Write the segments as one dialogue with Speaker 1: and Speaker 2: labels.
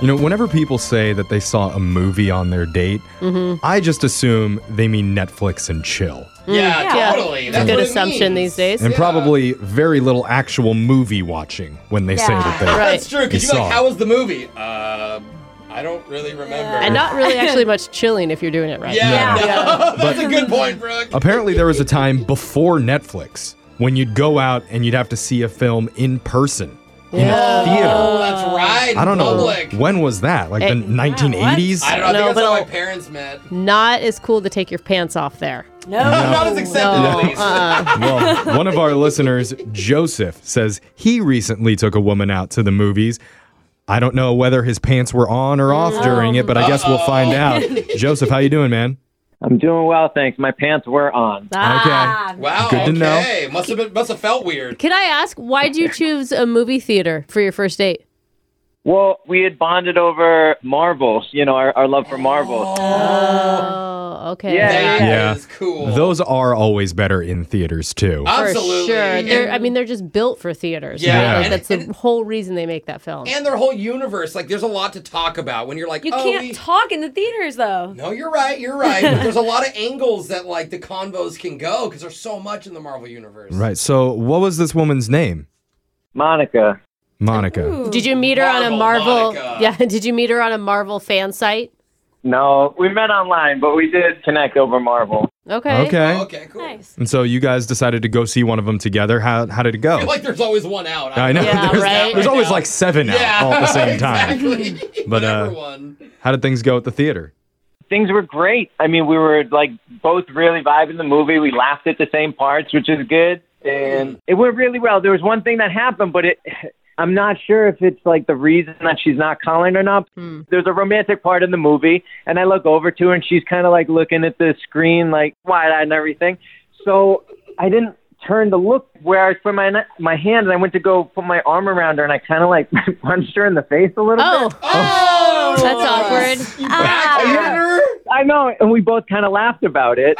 Speaker 1: You know, whenever people say that they saw a movie on their date,
Speaker 2: Mm-hmm.
Speaker 1: I just assume they mean Netflix and chill.
Speaker 3: Yeah,
Speaker 2: Mm. Yeah.
Speaker 3: totally.
Speaker 2: It's
Speaker 3: That's
Speaker 2: a good
Speaker 3: what it
Speaker 2: assumption
Speaker 3: means.
Speaker 2: these days.
Speaker 1: And probably very little actual movie watching when they say that they
Speaker 2: Yeah. Right.
Speaker 3: That's true. Because
Speaker 1: You
Speaker 3: you're
Speaker 1: saw
Speaker 3: like,
Speaker 1: it.
Speaker 3: how was the movie? Uh, I don't really remember.
Speaker 2: And not really actually much chilling if you're doing it right.
Speaker 3: Yeah,
Speaker 4: Yeah.
Speaker 3: no, that's a good point, Brooke.
Speaker 1: Apparently, there was a time before Netflix when you'd go out and you'd have to see a film in person in a
Speaker 3: Oh,
Speaker 1: theater.
Speaker 2: Uh,
Speaker 3: that's right.
Speaker 1: I don't know
Speaker 3: public.
Speaker 1: when was that, like
Speaker 2: Eh,
Speaker 1: the 1980s.
Speaker 3: I don't know.
Speaker 2: No,
Speaker 3: I think that's
Speaker 2: but
Speaker 3: how my
Speaker 2: I'll-
Speaker 3: parents met.
Speaker 2: Not as cool to take your pants off there.
Speaker 4: No.
Speaker 3: Not as accepted,
Speaker 2: No, Uh-uh.
Speaker 3: at least.
Speaker 1: well, one of our listeners, Joseph, says he recently took a woman out to the movies. I don't know whether his pants were on or off during it, but I guess we'll find out. Joseph, how you doing, man?
Speaker 5: I'm doing well, thanks. My pants were on.
Speaker 2: Ah.
Speaker 4: Ah,
Speaker 3: Wow.
Speaker 1: Good to know.
Speaker 3: okay. Must have been, must have felt weird.
Speaker 2: Can I ask, why'd you choose a movie theater for your first date?
Speaker 5: Well, we had bonded over Marvel, you know, our, our love for Marvel.
Speaker 3: Uh,
Speaker 2: Oh, okay.
Speaker 5: Yeah.
Speaker 3: That
Speaker 1: Yeah.
Speaker 3: is cool.
Speaker 1: Those are always better in theaters too.
Speaker 2: For
Speaker 3: Absolutely.
Speaker 2: sure. They're,
Speaker 3: And-
Speaker 2: I mean, they're just built for theaters.
Speaker 3: Yeah.
Speaker 2: right? Like,
Speaker 3: And-
Speaker 2: that's the whole reason they make that film.
Speaker 3: and their whole universe. Like, there's a lot to talk about when you're like,
Speaker 4: you
Speaker 3: oh,
Speaker 4: can't
Speaker 3: we-
Speaker 4: talk in the theaters though.
Speaker 3: No, you're right. You're right. But there's a lot of angles that like the convos can go because there's so much in the Marvel universe.
Speaker 1: Right. So, what was this woman's name?
Speaker 5: Monica.
Speaker 1: Monica.
Speaker 2: Did you meet her on a
Speaker 3: Marvel
Speaker 2: Marvel?
Speaker 3: Monica.
Speaker 2: Yeah. Did you meet her on a Marvel fan site?
Speaker 5: No, we met online, but we did connect over Marvel.
Speaker 2: Okay.
Speaker 1: Okay.
Speaker 3: Okay. Cool.
Speaker 4: Nice.
Speaker 1: And so you guys decided to go see one of them together. How how did it
Speaker 3: I
Speaker 1: go?
Speaker 3: feel like there's always one out.
Speaker 1: I know.
Speaker 2: Yeah,
Speaker 1: there's
Speaker 2: right?
Speaker 1: there's always like seven out all at the same time.
Speaker 3: Exactly.
Speaker 1: But, uh,
Speaker 3: everyone.
Speaker 1: How did things go at the theater?
Speaker 5: Things were great. I mean, we were like both really vibing the movie. We laughed at the same parts, which is good. And it went really well. There was one thing that happened, but it. I'm not sure if it's like the reason that she's not calling or not. There's a romantic part in the movie, and I look over to her, and she's kind of like looking at the screen, like wide eyed and everything. So I didn't turn to look where I put my my hand, and I went to go put my arm around her, and I kind of like punched her in the face a little bit.
Speaker 2: Oh,
Speaker 3: Oh,
Speaker 2: that's awkward.
Speaker 3: You
Speaker 4: Ah.
Speaker 3: backhanded her.
Speaker 5: I know, and we both kind of laughed about it.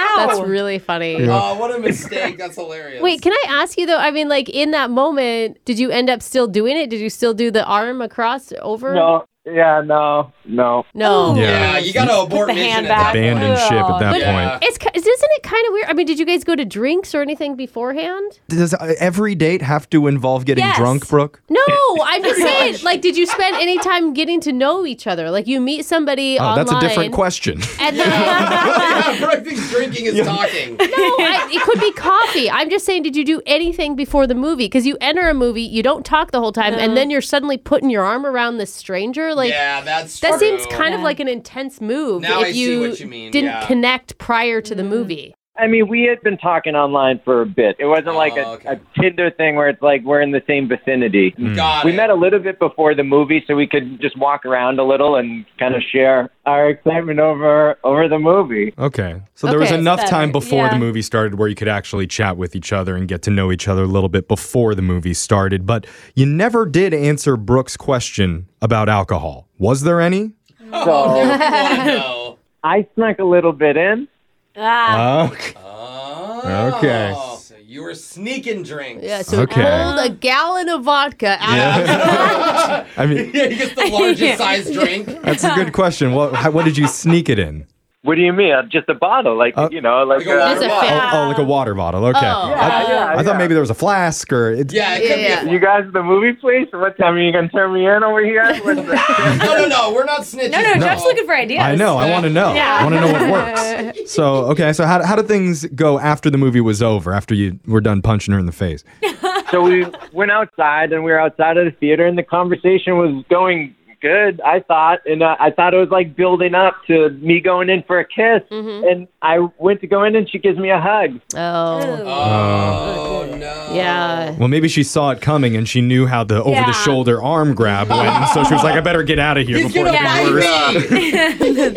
Speaker 4: Ow.
Speaker 2: That's really funny.
Speaker 3: Oh, what a mistake. That's hilarious.
Speaker 2: Wait, can I ask you though? I mean, like in that moment, did you end up still doing it? Did you still do the arm across over?
Speaker 5: No, yeah, no, no.
Speaker 2: No.
Speaker 4: Ooh.
Speaker 3: Yeah, you gotta abort
Speaker 4: the
Speaker 3: mission
Speaker 4: hand
Speaker 3: at that
Speaker 4: back.
Speaker 3: point.
Speaker 1: Abandoned ship at that
Speaker 2: But-
Speaker 1: point.
Speaker 2: It's ki- isn't it kind of weird? I mean, did you guys go to drinks or anything beforehand?
Speaker 1: Does uh, every date have to involve getting
Speaker 4: Yes.
Speaker 1: drunk, Brooke?
Speaker 2: No, I'm just saying. Like, did you spend any time getting to know each other? Like, you meet somebody
Speaker 1: Oh,
Speaker 2: online.
Speaker 1: that's a different question.
Speaker 2: And then,
Speaker 3: yeah, Brooke thinks drinking is talking.
Speaker 2: No, I, it could be coffee. I'm just saying, did you do anything before the movie? Because you enter a movie, you don't talk the whole time, and then you're suddenly putting your arm around this stranger. Like
Speaker 3: yeah, that's
Speaker 2: that
Speaker 3: true.
Speaker 2: seems kind of like an intense move.
Speaker 3: Now
Speaker 2: if
Speaker 3: I
Speaker 2: you Mm.
Speaker 3: see what you mean,
Speaker 2: Didn't
Speaker 3: yeah.
Speaker 2: connect prior to the movie.
Speaker 5: I mean, we had been talking online for a bit. It wasn't like a,
Speaker 3: Oh, okay.
Speaker 5: a Tinder thing where it's like we're in the same vicinity.
Speaker 1: Hmm.
Speaker 3: Got
Speaker 5: We
Speaker 3: it.
Speaker 5: met a little bit before the movie, so we could just walk around a little and kind of share our excitement over over the movie.
Speaker 1: Okay. So there was
Speaker 2: Okay, it's
Speaker 1: enough
Speaker 4: better.
Speaker 1: time before the
Speaker 4: Yeah.
Speaker 1: movie started where you could actually chat with each other and get to know each other a little bit before the movie started, but you never did answer Brooke's question about alcohol. Was there any?
Speaker 3: Oh, now we wanna know.
Speaker 5: I snuck a little bit in.
Speaker 4: Ah.
Speaker 1: Oh,
Speaker 3: Oh,
Speaker 1: Okay.
Speaker 3: So you were sneaking drinks.
Speaker 2: Yeah, so
Speaker 1: Okay.
Speaker 2: okay. pulled a gallon of vodka out.
Speaker 1: I mean,
Speaker 3: Yeah, he gets the largest size drink.
Speaker 1: that's a good question. What how, what did you sneak it in?
Speaker 5: What do you mean? Uh, Just a bottle, like you know, like,
Speaker 3: Like a
Speaker 5: uh,
Speaker 2: It's a
Speaker 3: Wow.
Speaker 2: fa-
Speaker 1: Oh, oh, like a water bottle. Okay. I,
Speaker 2: Oh.
Speaker 5: yeah, yeah,
Speaker 1: I
Speaker 5: yeah.
Speaker 1: thought maybe there was a flask or it,
Speaker 3: Yeah, it could
Speaker 2: Yeah.
Speaker 3: be.
Speaker 5: you
Speaker 3: A-
Speaker 5: guys at the movie place. What time are you gonna turn me in over here? What's that?
Speaker 3: no, no, no. We're not snitching.
Speaker 4: No, no, Jeff's looking for ideas.
Speaker 1: I know. I want to know.
Speaker 4: Yeah.
Speaker 1: I want to know what works. So, okay. So, how, how did things go after the movie was over, after you were done punching her in the face?
Speaker 5: so we went outside and we were outside of the theater and the conversation was going good i thought and uh, i thought it was like building up to me going in for a kiss
Speaker 2: Mm-hmm.
Speaker 5: and i went to go in and she gives me a hug
Speaker 2: Oh,
Speaker 3: Oh no.
Speaker 2: yeah.
Speaker 1: Well, maybe she saw it coming and she knew how the over the shoulder arm grab went. And so she was like, I better get out of here
Speaker 3: He's
Speaker 1: before it
Speaker 3: gonna
Speaker 1: gets
Speaker 3: bite
Speaker 1: worse.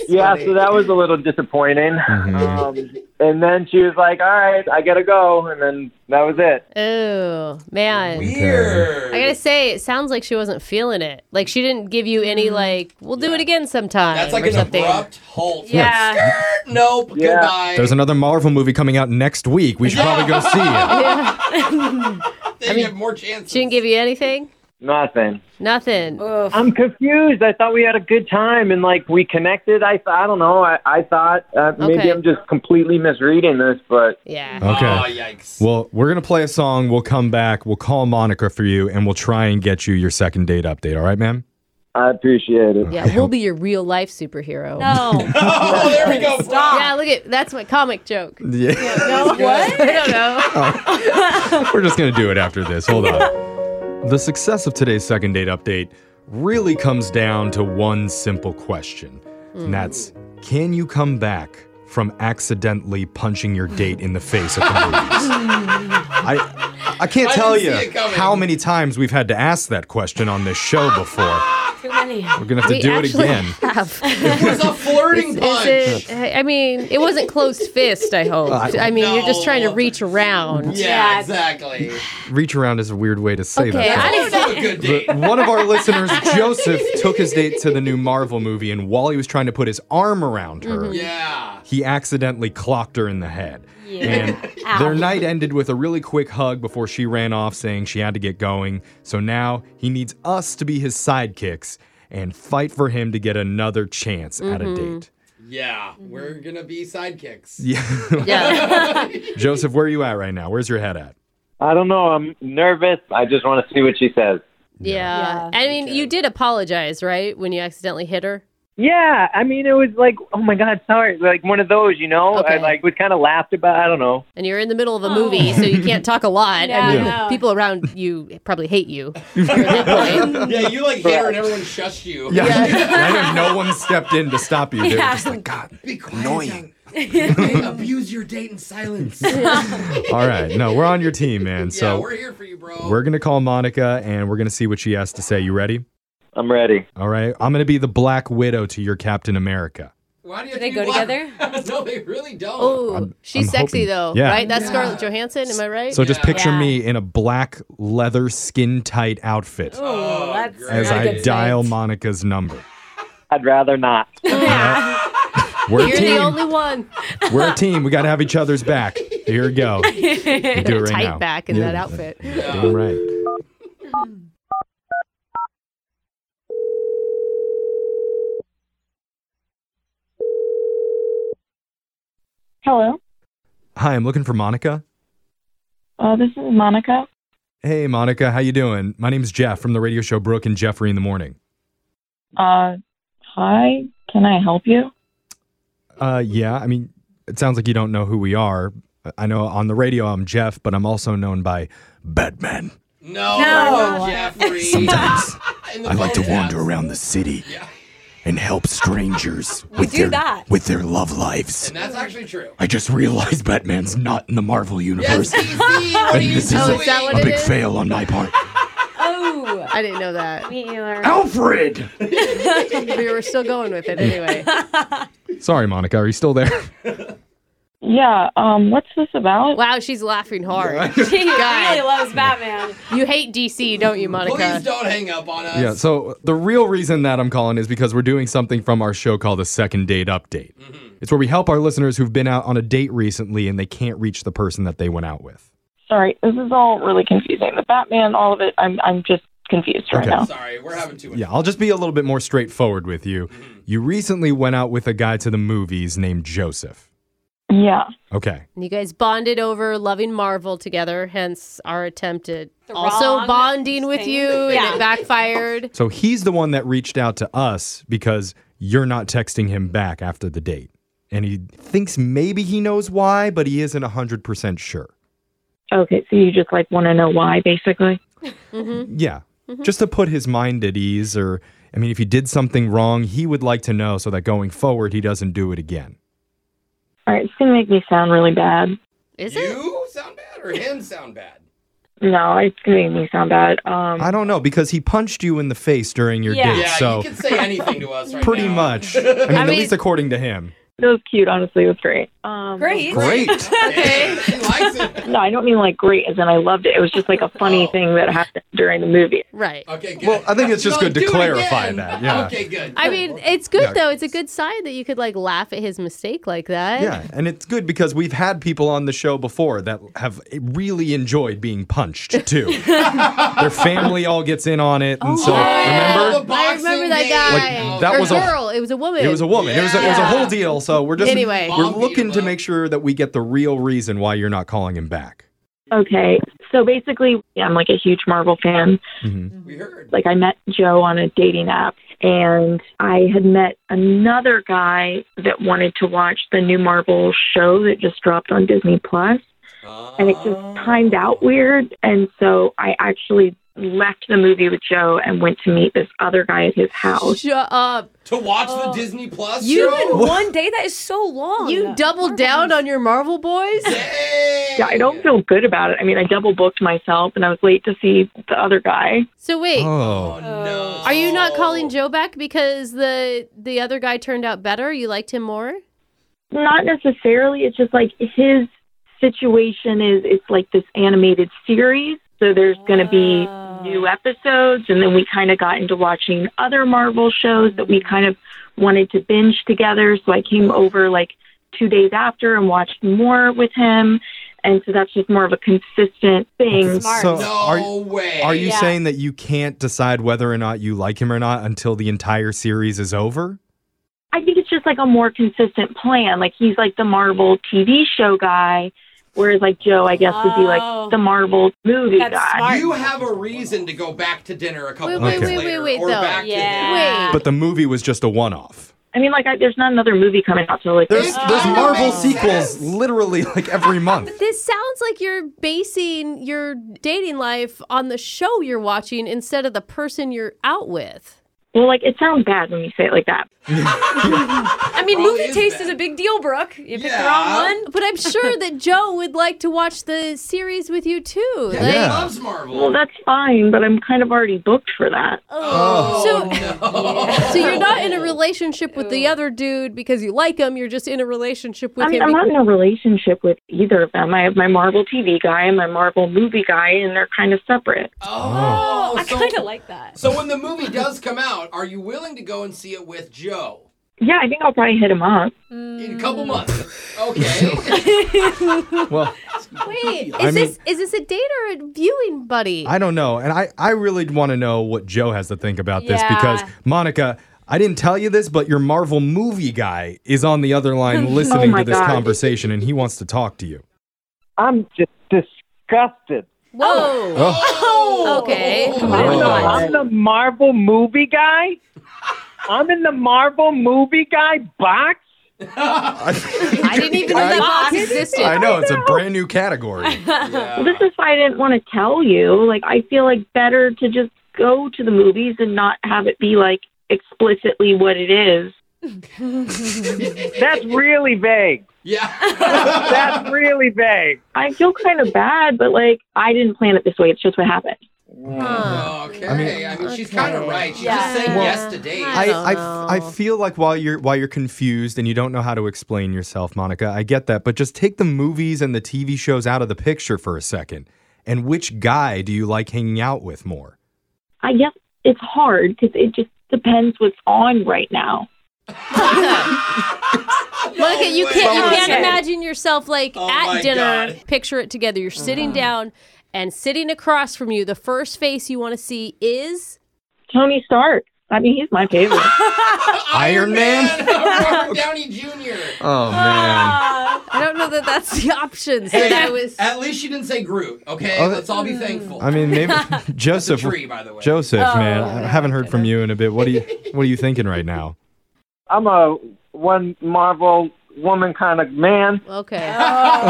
Speaker 3: me.
Speaker 5: yeah so that was a little disappointing um, and then she was like all right i gotta go and then that was it
Speaker 2: Oh man.
Speaker 3: Weird.
Speaker 2: I gotta say, it sounds like she wasn't feeling it. Like she didn't give you
Speaker 4: Mm-hmm.
Speaker 2: any like, we'll do it again sometime.
Speaker 3: That's like
Speaker 2: or
Speaker 3: an
Speaker 2: something.
Speaker 3: abrupt halt.
Speaker 4: Yeah.
Speaker 3: Nope.
Speaker 5: Yeah.
Speaker 3: Goodbye.
Speaker 1: There's another Marvel movie coming out next week. We should probably go see it.
Speaker 2: Yeah.
Speaker 3: they I mean, get more chances.
Speaker 2: She didn't give you anything.
Speaker 5: Nothing.
Speaker 2: Nothing.
Speaker 4: Oof.
Speaker 5: I'm confused. I thought we had a good time and like we connected. I th- I don't know. I I thought uh, maybe
Speaker 2: Okay.
Speaker 5: I'm just completely misreading this, but
Speaker 2: Yeah.
Speaker 1: Okay.
Speaker 3: Oh, yikes.
Speaker 1: Well, we're going to play a song. We'll come back. We'll call Monica for you and we'll try and get you your second date update. All right, ma'am?
Speaker 5: I appreciate it.
Speaker 2: Yeah, he'll be your real life superhero.
Speaker 4: No.
Speaker 3: oh, there we go.
Speaker 2: Yeah, look at that's my comic joke.
Speaker 1: Yeah.
Speaker 4: no. What?
Speaker 2: I don't know.
Speaker 1: We're just going to do it after this. Hold on. The success of today's second date update really comes down to one simple question, and that's can you come back from accidentally punching your date in the face at the movies? I, I can't
Speaker 3: I
Speaker 1: tell
Speaker 3: didn't see
Speaker 1: you
Speaker 3: it coming.
Speaker 1: how many times we've had to ask that question on this show before.
Speaker 4: Too many.
Speaker 1: We're going to have to
Speaker 2: We
Speaker 1: do it
Speaker 2: actually
Speaker 1: again.
Speaker 2: have.
Speaker 3: It was a flirting punch.
Speaker 2: Is it, I mean, it wasn't closed fist. I hope. I mean, you're just trying to
Speaker 3: No.
Speaker 2: reach around.
Speaker 3: Yeah,
Speaker 4: Yeah.
Speaker 3: exactly.
Speaker 1: Reach around is a weird way to say
Speaker 2: Okay,
Speaker 1: that.
Speaker 2: I
Speaker 3: That was not a good date.
Speaker 1: But one of our listeners, Joseph, took his date to the new Marvel movie, and while he was trying to put his arm around her,
Speaker 2: Mm-hmm.
Speaker 3: Yeah.
Speaker 1: he accidentally clocked her in the head. And
Speaker 4: Ow.
Speaker 1: their night ended with a really quick hug before she ran off, saying she had to get going. So now he needs us to be his sidekicks and fight for him to get another chance at a date.
Speaker 3: Yeah. We're going to be sidekicks.
Speaker 1: Yeah.
Speaker 2: Yeah.
Speaker 1: Joseph, where are you at right now? Where's your head at?
Speaker 5: I don't know. I'm nervous. I just want to see what she says.
Speaker 2: Yeah.
Speaker 4: Yeah.
Speaker 2: I mean, you did apologize, right? When you accidentally hit her.
Speaker 5: Yeah, I mean, it was like, oh my god, sorry, like one of those, you know.
Speaker 2: Okay.
Speaker 5: I like was kind of laughed about. I don't know.
Speaker 2: And you're in the middle of a movie, so you can't talk a lot.
Speaker 4: Yeah,
Speaker 2: I mean,
Speaker 4: Yeah.
Speaker 2: the people around you probably hate you. at that point.
Speaker 3: Yeah, you like hit her and everyone shushed you.
Speaker 1: Yeah. I know no one stepped in to stop you. They were
Speaker 4: Yeah.
Speaker 1: just like, God.
Speaker 3: Be quiet. Annoying. abuse your date in silence. yeah,
Speaker 1: All right. No, we're on your team, man. So
Speaker 3: we're here for you, bro.
Speaker 1: We're going to call Monica and we're going to see what she has to say. You ready?
Speaker 5: I'm ready.
Speaker 1: All right. I'm going to be the Black Widow to your Captain America.
Speaker 3: Why do you
Speaker 4: Do they
Speaker 3: think
Speaker 4: go
Speaker 3: you
Speaker 4: together?
Speaker 3: laugh? no, they really don't.
Speaker 2: Oh,
Speaker 1: I'm-
Speaker 2: she's
Speaker 1: I'm
Speaker 2: sexy
Speaker 1: hoping-
Speaker 2: though,
Speaker 1: Yeah.
Speaker 2: right? That's
Speaker 3: Yeah.
Speaker 2: Scarlett Johansson, am I right?
Speaker 1: So just
Speaker 3: Yeah.
Speaker 1: picture
Speaker 4: Yeah.
Speaker 1: me in a black leather skin tight outfit
Speaker 4: Oh, that's
Speaker 3: great.
Speaker 1: as
Speaker 4: not a
Speaker 1: I
Speaker 4: good
Speaker 1: dial
Speaker 4: sign.
Speaker 1: Monica's number.
Speaker 5: I'd rather not.
Speaker 1: We're
Speaker 2: You're
Speaker 1: a team.
Speaker 2: the only one.
Speaker 1: We're a team. We got to have each other's back. Here we go. We do it right
Speaker 2: Tight
Speaker 1: now.
Speaker 2: back in
Speaker 1: Yeah.
Speaker 2: that outfit.
Speaker 1: Damn right.
Speaker 6: Hello.
Speaker 1: Hi, I'm looking for Monica.
Speaker 6: Uh, this is Monica.
Speaker 1: Hey, Monica, how you doing? My name's Jeff from the radio show Brooke and Jeffrey in the Morning.
Speaker 6: Uh, hi. Can I help you?
Speaker 1: Uh, yeah. I mean, it sounds like you don't know who we are. I know on the radio I'm Jeff, but I'm also known by Batman.
Speaker 3: No,
Speaker 4: No.
Speaker 3: Jeffrey.
Speaker 1: Sometimes
Speaker 3: In the
Speaker 1: I like to
Speaker 3: phone
Speaker 1: wander
Speaker 3: taps.
Speaker 1: around the city
Speaker 3: Yeah,
Speaker 1: and help strangers with
Speaker 4: do
Speaker 1: their
Speaker 4: that.
Speaker 1: with their love lives.
Speaker 3: and that's actually true.
Speaker 1: I just realized Batman's not in the Marvel
Speaker 3: Yes,
Speaker 1: universe.
Speaker 3: DC, what are
Speaker 1: And
Speaker 3: you
Speaker 1: this is
Speaker 3: doing?
Speaker 2: Oh, is that what
Speaker 1: a
Speaker 2: it
Speaker 1: big
Speaker 2: is?
Speaker 1: fail on my part.
Speaker 4: Oh.
Speaker 2: I didn't know that.
Speaker 4: Me either.
Speaker 1: Alfred!
Speaker 2: We were still going with it anyway.
Speaker 1: Sorry, Monica, are you still there?
Speaker 6: Yeah. Um, what's this about?
Speaker 2: Wow, she's laughing hard.
Speaker 4: She
Speaker 2: God.
Speaker 4: really loves Batman.
Speaker 2: You hate DC, don't you,
Speaker 3: Please
Speaker 2: Monica?
Speaker 3: don't hang up on us.
Speaker 1: Yeah, so the real reason that I'm calling is because we're doing something from our show called the Second Date Update. It's where we help our listeners who've been out on a date recently and they can't reach the person that they went out with.
Speaker 6: Sorry, this is all really confusing. The Batman, all of it. I'm, I'm just confused right
Speaker 1: Okay.
Speaker 6: now.
Speaker 3: Sorry, we're having too much.
Speaker 1: Yeah, I'll just be a little bit more straightforward with you. You recently went out with a guy to the movies named Joseph.
Speaker 6: Yeah.
Speaker 1: Okay.
Speaker 2: And you guys bonded over loving Marvel together, hence our attempt at
Speaker 4: The
Speaker 2: also
Speaker 4: wrong
Speaker 2: bonding with
Speaker 4: thing.
Speaker 2: you, and
Speaker 4: Yeah.
Speaker 2: it backfired.
Speaker 1: So he's the one that reached out to us because you're not texting him back after the date. And he thinks maybe he knows why, but he isn't 100% sure.
Speaker 6: Okay. So you just like want to know why, basically?
Speaker 1: Yeah. Just to put his mind at ease, or, I mean, if he did something wrong, he would like to know so that going forward, he doesn't do it again.
Speaker 6: All right. It's gonna make me sound really bad.
Speaker 2: Is it?
Speaker 3: You sound bad or him sound bad?
Speaker 6: No, it's gonna make me sound bad. Um,
Speaker 1: I don't know because he punched you in the face during your
Speaker 4: Yeah.
Speaker 1: date.
Speaker 3: Yeah,
Speaker 1: so,
Speaker 3: you can say anything to us right
Speaker 1: pretty
Speaker 3: now.
Speaker 1: much. I mean, at
Speaker 2: mean-
Speaker 1: least according to him.
Speaker 6: It was cute, honestly. It was great. Um,
Speaker 4: Great.
Speaker 1: Great.
Speaker 3: Okay. he likes it.
Speaker 6: No, I don't mean like great as in I loved it. It was just like a funny
Speaker 3: Oh.
Speaker 6: thing that happened during the movie.
Speaker 2: Right.
Speaker 3: Okay, good.
Speaker 1: Well, I think it's just
Speaker 3: You're
Speaker 1: good to
Speaker 3: "Do it
Speaker 1: clarify
Speaker 3: again."
Speaker 1: that, yeah.
Speaker 3: Okay, good.
Speaker 2: I mean, it's good
Speaker 1: Yeah.
Speaker 2: though. It's a good sign that you could like laugh at his mistake like that.
Speaker 1: Yeah, and it's good because we've had people on the show before that have really enjoyed being punched too. Their family all gets in on it, and so
Speaker 2: yeah.
Speaker 1: remember
Speaker 3: The
Speaker 2: I remember that
Speaker 3: boxing
Speaker 2: guy.
Speaker 3: game.
Speaker 1: Like, that
Speaker 2: or
Speaker 1: was a-
Speaker 2: girl. it was a woman.
Speaker 1: it was a woman. It was a, it was a
Speaker 3: Yeah.
Speaker 1: whole deal. So we're just
Speaker 2: Anyway.
Speaker 1: we're
Speaker 3: I'll beat
Speaker 1: looking
Speaker 3: him
Speaker 1: to
Speaker 3: up.
Speaker 1: make sure that we get the real reason why you're not calling him back.
Speaker 6: Okay, so basically, yeah, I'm like a huge Marvel fan.
Speaker 1: Mhm.
Speaker 3: We heard.
Speaker 6: Like I met Joe on a dating app, and I had met another guy that wanted to watch the new Marvel show that just dropped on Disney Plus, and it
Speaker 3: Ah.
Speaker 6: just
Speaker 3: Oh.
Speaker 6: timed out weird, and so I actually left the movie with Joe and went to meet this other guy at his house.
Speaker 2: Shut up.
Speaker 3: to watch the Disney Plus
Speaker 2: Oh. You
Speaker 3: show.
Speaker 4: In one day, that is so long.
Speaker 2: You doubled down on your Marvel boys?
Speaker 3: Dang.
Speaker 6: Yeah, I don't feel good about it. I mean, I double booked myself, and I was late to see the other guy.
Speaker 2: So wait.
Speaker 3: Oh
Speaker 1: Oh,
Speaker 3: no.
Speaker 2: Are you not calling Joe back because the the other guy turned out better? You liked him more?
Speaker 6: Not necessarily. It's just like his situation is it's like this animated series. So there's going to be
Speaker 4: Ah.
Speaker 6: new episodes. And then we kind of got into watching other Marvel shows that
Speaker 4: Mm-hmm.
Speaker 6: we kind of wanted to binge together. So I came over like two days after and watched more with him. And so that's just more of a consistent thing.
Speaker 4: Smart.
Speaker 1: so
Speaker 3: No
Speaker 1: Oh, are you-
Speaker 3: way.
Speaker 1: are you
Speaker 4: Yeah.
Speaker 1: saying that you can't decide whether or not you like him or not until the entire series is over?
Speaker 6: I think it's just like a more consistent plan. Like he's like the Marvel TV show guy, whereas like Joe, I guess, would be
Speaker 4: Oh.
Speaker 6: like the Marvel movie
Speaker 4: That's
Speaker 6: guy.
Speaker 4: smart.
Speaker 3: You have a reason to go back to dinner a couple
Speaker 2: Wait, wait,
Speaker 3: days
Speaker 1: wait,
Speaker 3: later,
Speaker 2: wait, wait,
Speaker 3: or
Speaker 2: though.
Speaker 3: back
Speaker 4: Yeah.
Speaker 3: to
Speaker 2: Wait.
Speaker 1: But the movie was just a one-off.
Speaker 6: I mean, like, I, there's not another movie coming out till like.
Speaker 1: There's
Speaker 3: It
Speaker 1: there's
Speaker 3: kinda
Speaker 1: Marvel
Speaker 3: makes
Speaker 1: sequels
Speaker 3: sense.
Speaker 1: literally like every month.
Speaker 2: This sounds like you're basing your dating life on the show you're watching instead of the person you're out with.
Speaker 6: well, like, it sounds bad when you say it like that.
Speaker 4: I mean,
Speaker 3: Probably
Speaker 4: movie
Speaker 3: is
Speaker 4: taste
Speaker 3: bad.
Speaker 4: is a big deal, Brooke. You picked the
Speaker 3: Yeah.
Speaker 4: wrong one.
Speaker 2: But I'm sure that Joe would like to watch the series with you too.
Speaker 3: dinner.
Speaker 2: Like,
Speaker 1: Yeah.
Speaker 3: He loves Marvel.
Speaker 6: Well, that's fine, but I'm kind of already booked for that.
Speaker 3: oh,
Speaker 2: So-
Speaker 3: no.
Speaker 2: So you're not in a relationship with the other dude because you like him. You're just in a relationship with
Speaker 6: I'm,
Speaker 2: him.
Speaker 6: I'm not in a relationship with either of them. I have my Marvel TV guy and my Marvel movie guy, and they're kind of separate.
Speaker 3: Oh,
Speaker 4: I
Speaker 3: so,
Speaker 4: kind of like that.
Speaker 3: so when the movie does come out, are you willing to go and see it with Joe
Speaker 6: Yeah, I think I'll probably hit him up.
Speaker 3: in a couple months? Okay.
Speaker 1: Well,
Speaker 2: Wait, is
Speaker 1: I mean-
Speaker 2: this is this a date or a viewing buddy?
Speaker 1: I don't know. And I, I really want to know what Joe has to think about this
Speaker 4: Yeah.
Speaker 1: because, Monica, I didn't tell you this, but your Marvel movie guy is on the other line listening
Speaker 6: my
Speaker 1: to this
Speaker 6: God.
Speaker 1: conversation and he wants to talk to you.
Speaker 5: I'm just disgusted.
Speaker 2: Whoa.
Speaker 3: oh.
Speaker 2: Okay.
Speaker 1: Oh.
Speaker 5: I'm, the, I'm the Marvel movie guy. I'm in the Marvel movie guy box.
Speaker 2: I didn't even know that box existed.
Speaker 1: I know, it's a brand new category.
Speaker 6: Well, this is why I didn't want to tell you. Like, I feel like better to just go to the movies and not have it be like explicitly what it is.
Speaker 5: That's really vague.
Speaker 3: Yeah.
Speaker 5: That's really vague.
Speaker 6: I feel kind of bad, but like, I didn't plan it this way. It's just what happened.
Speaker 2: Huh.
Speaker 3: okay.
Speaker 1: I
Speaker 3: I
Speaker 1: mean-
Speaker 3: mean, she's kind of right. She's
Speaker 4: Yeah.
Speaker 3: just saying
Speaker 4: Well,
Speaker 3: yes to date.
Speaker 2: I
Speaker 1: I,
Speaker 2: don't
Speaker 1: I, f- I
Speaker 2: know.
Speaker 1: feel like while you're while you're confused and you don't know how to explain yourself, Monica, I get that, but just take the movies and the TV shows out of the picture for a second. And which guy do you like hanging out with more?
Speaker 6: I guess it's hard because it just depends what's on right now.
Speaker 2: Monica, you
Speaker 3: way.
Speaker 2: can't you
Speaker 4: Someone
Speaker 2: can't
Speaker 4: said-
Speaker 2: imagine yourself like
Speaker 3: Oh
Speaker 2: at
Speaker 3: my
Speaker 2: dinner.
Speaker 3: God.
Speaker 2: Picture it together. You're sitting down, and sitting across from you, the first face you want to see is
Speaker 6: Tony Stark. I mean, he's my favorite.
Speaker 1: Iron Man?
Speaker 3: Uh, Robert Downey Jr.
Speaker 1: Oh man.
Speaker 2: I don't know that that's the option. So
Speaker 3: Hey,
Speaker 2: I was
Speaker 3: At least she didn't say Groot. Okay,
Speaker 1: Oh,
Speaker 3: let's all be thankful.
Speaker 1: I mean, maybe
Speaker 3: It's a
Speaker 1: Joseph.
Speaker 3: tree, by the way.
Speaker 1: Joseph, man, I haven't heard from you in a bit. What are you What are you thinking right now?
Speaker 5: I'm a one Marvel woman kind of man.
Speaker 2: okay.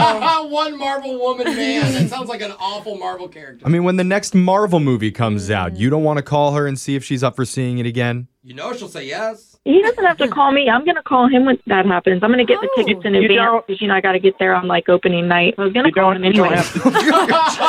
Speaker 3: One Marvel woman man. That sounds like an awful Marvel character.
Speaker 1: I mean, when the next Marvel movie comes out, you don't want to call her and see if she's up for seeing it again.
Speaker 3: You know she'll say yes.
Speaker 6: he doesn't have to call me. I'm going to call him when that happens. I'm going to get the
Speaker 2: Oh.
Speaker 6: tickets in
Speaker 5: You
Speaker 6: advance
Speaker 5: don't-
Speaker 6: because, you know, I got to get there on like opening night. I was going to
Speaker 5: You
Speaker 6: call
Speaker 5: don't.
Speaker 6: him
Speaker 5: You
Speaker 6: anyway.
Speaker 5: don't have to.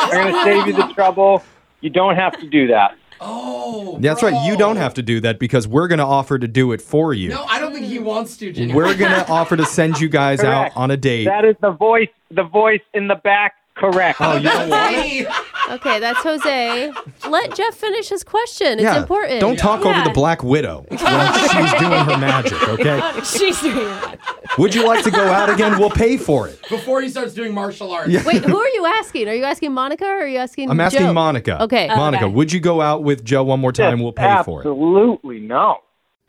Speaker 5: I'm going to save you the trouble. You don't have to do that.
Speaker 3: Oh.
Speaker 1: That's right. You
Speaker 3: bro.
Speaker 1: don't have to do that because we're going to offer to do it for you.
Speaker 3: No, I don't think he wants to, Jenny.
Speaker 1: We're gonna offer to send you guys out
Speaker 5: Correct.
Speaker 1: on a date.
Speaker 5: That is the voice, the voice in the back. Correct.
Speaker 1: oh, you don't want it?
Speaker 3: Hey,
Speaker 2: Okay, that's Jose. Let Jeff finish his question. It's
Speaker 1: yeah,
Speaker 2: important.
Speaker 1: Don't talk over the Black Widow when she's doing her magic. Okay.
Speaker 4: She's doing it.
Speaker 1: Would you like to go out again? We'll pay for it.
Speaker 3: Before he starts doing martial arts.
Speaker 2: Wait, who are you asking? Are you asking Monica or are you asking
Speaker 1: I'm asking
Speaker 2: Joe?
Speaker 1: Monica.
Speaker 2: Okay.
Speaker 1: Monica,
Speaker 4: Okay.
Speaker 1: would you go out with Joe one more time? We'll pay for it.
Speaker 5: Absolutely no.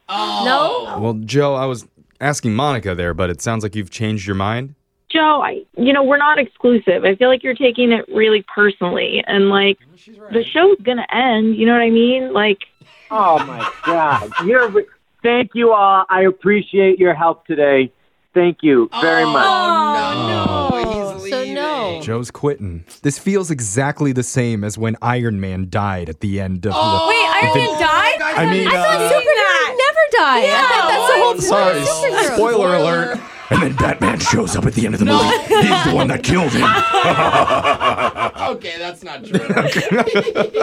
Speaker 3: Oh.
Speaker 1: Well, Joe, I was asking Monica there, but it sounds like you've changed your mind.
Speaker 6: Joe, I, you know, we're not exclusive. I feel like you're taking it really personally. And, like,
Speaker 3: She's
Speaker 6: the
Speaker 3: right.
Speaker 6: show's going to end. You know what I mean? Like,
Speaker 5: Oh my God! You're. Thank you all. I appreciate your help today. Thank you very
Speaker 3: oh,
Speaker 5: much.
Speaker 4: Oh.
Speaker 3: No, no. He's
Speaker 2: So
Speaker 3: leaving.
Speaker 2: no.
Speaker 1: Joe's quitting. This feels exactly the same as when Iron Man died at the end of.
Speaker 3: Oh,
Speaker 1: the-
Speaker 4: Wait, Iron
Speaker 3: guys,
Speaker 4: Man died?
Speaker 3: guys,
Speaker 1: I mean,
Speaker 3: guys,
Speaker 1: uh,
Speaker 4: Superman
Speaker 2: Never die. I thought that's the whole
Speaker 1: I'm sorry.
Speaker 2: point of superheroes.
Speaker 1: Spoiler alert. And then Batman shows up at the end of the movie. He's the one that killed him.
Speaker 3: okay, that's not true.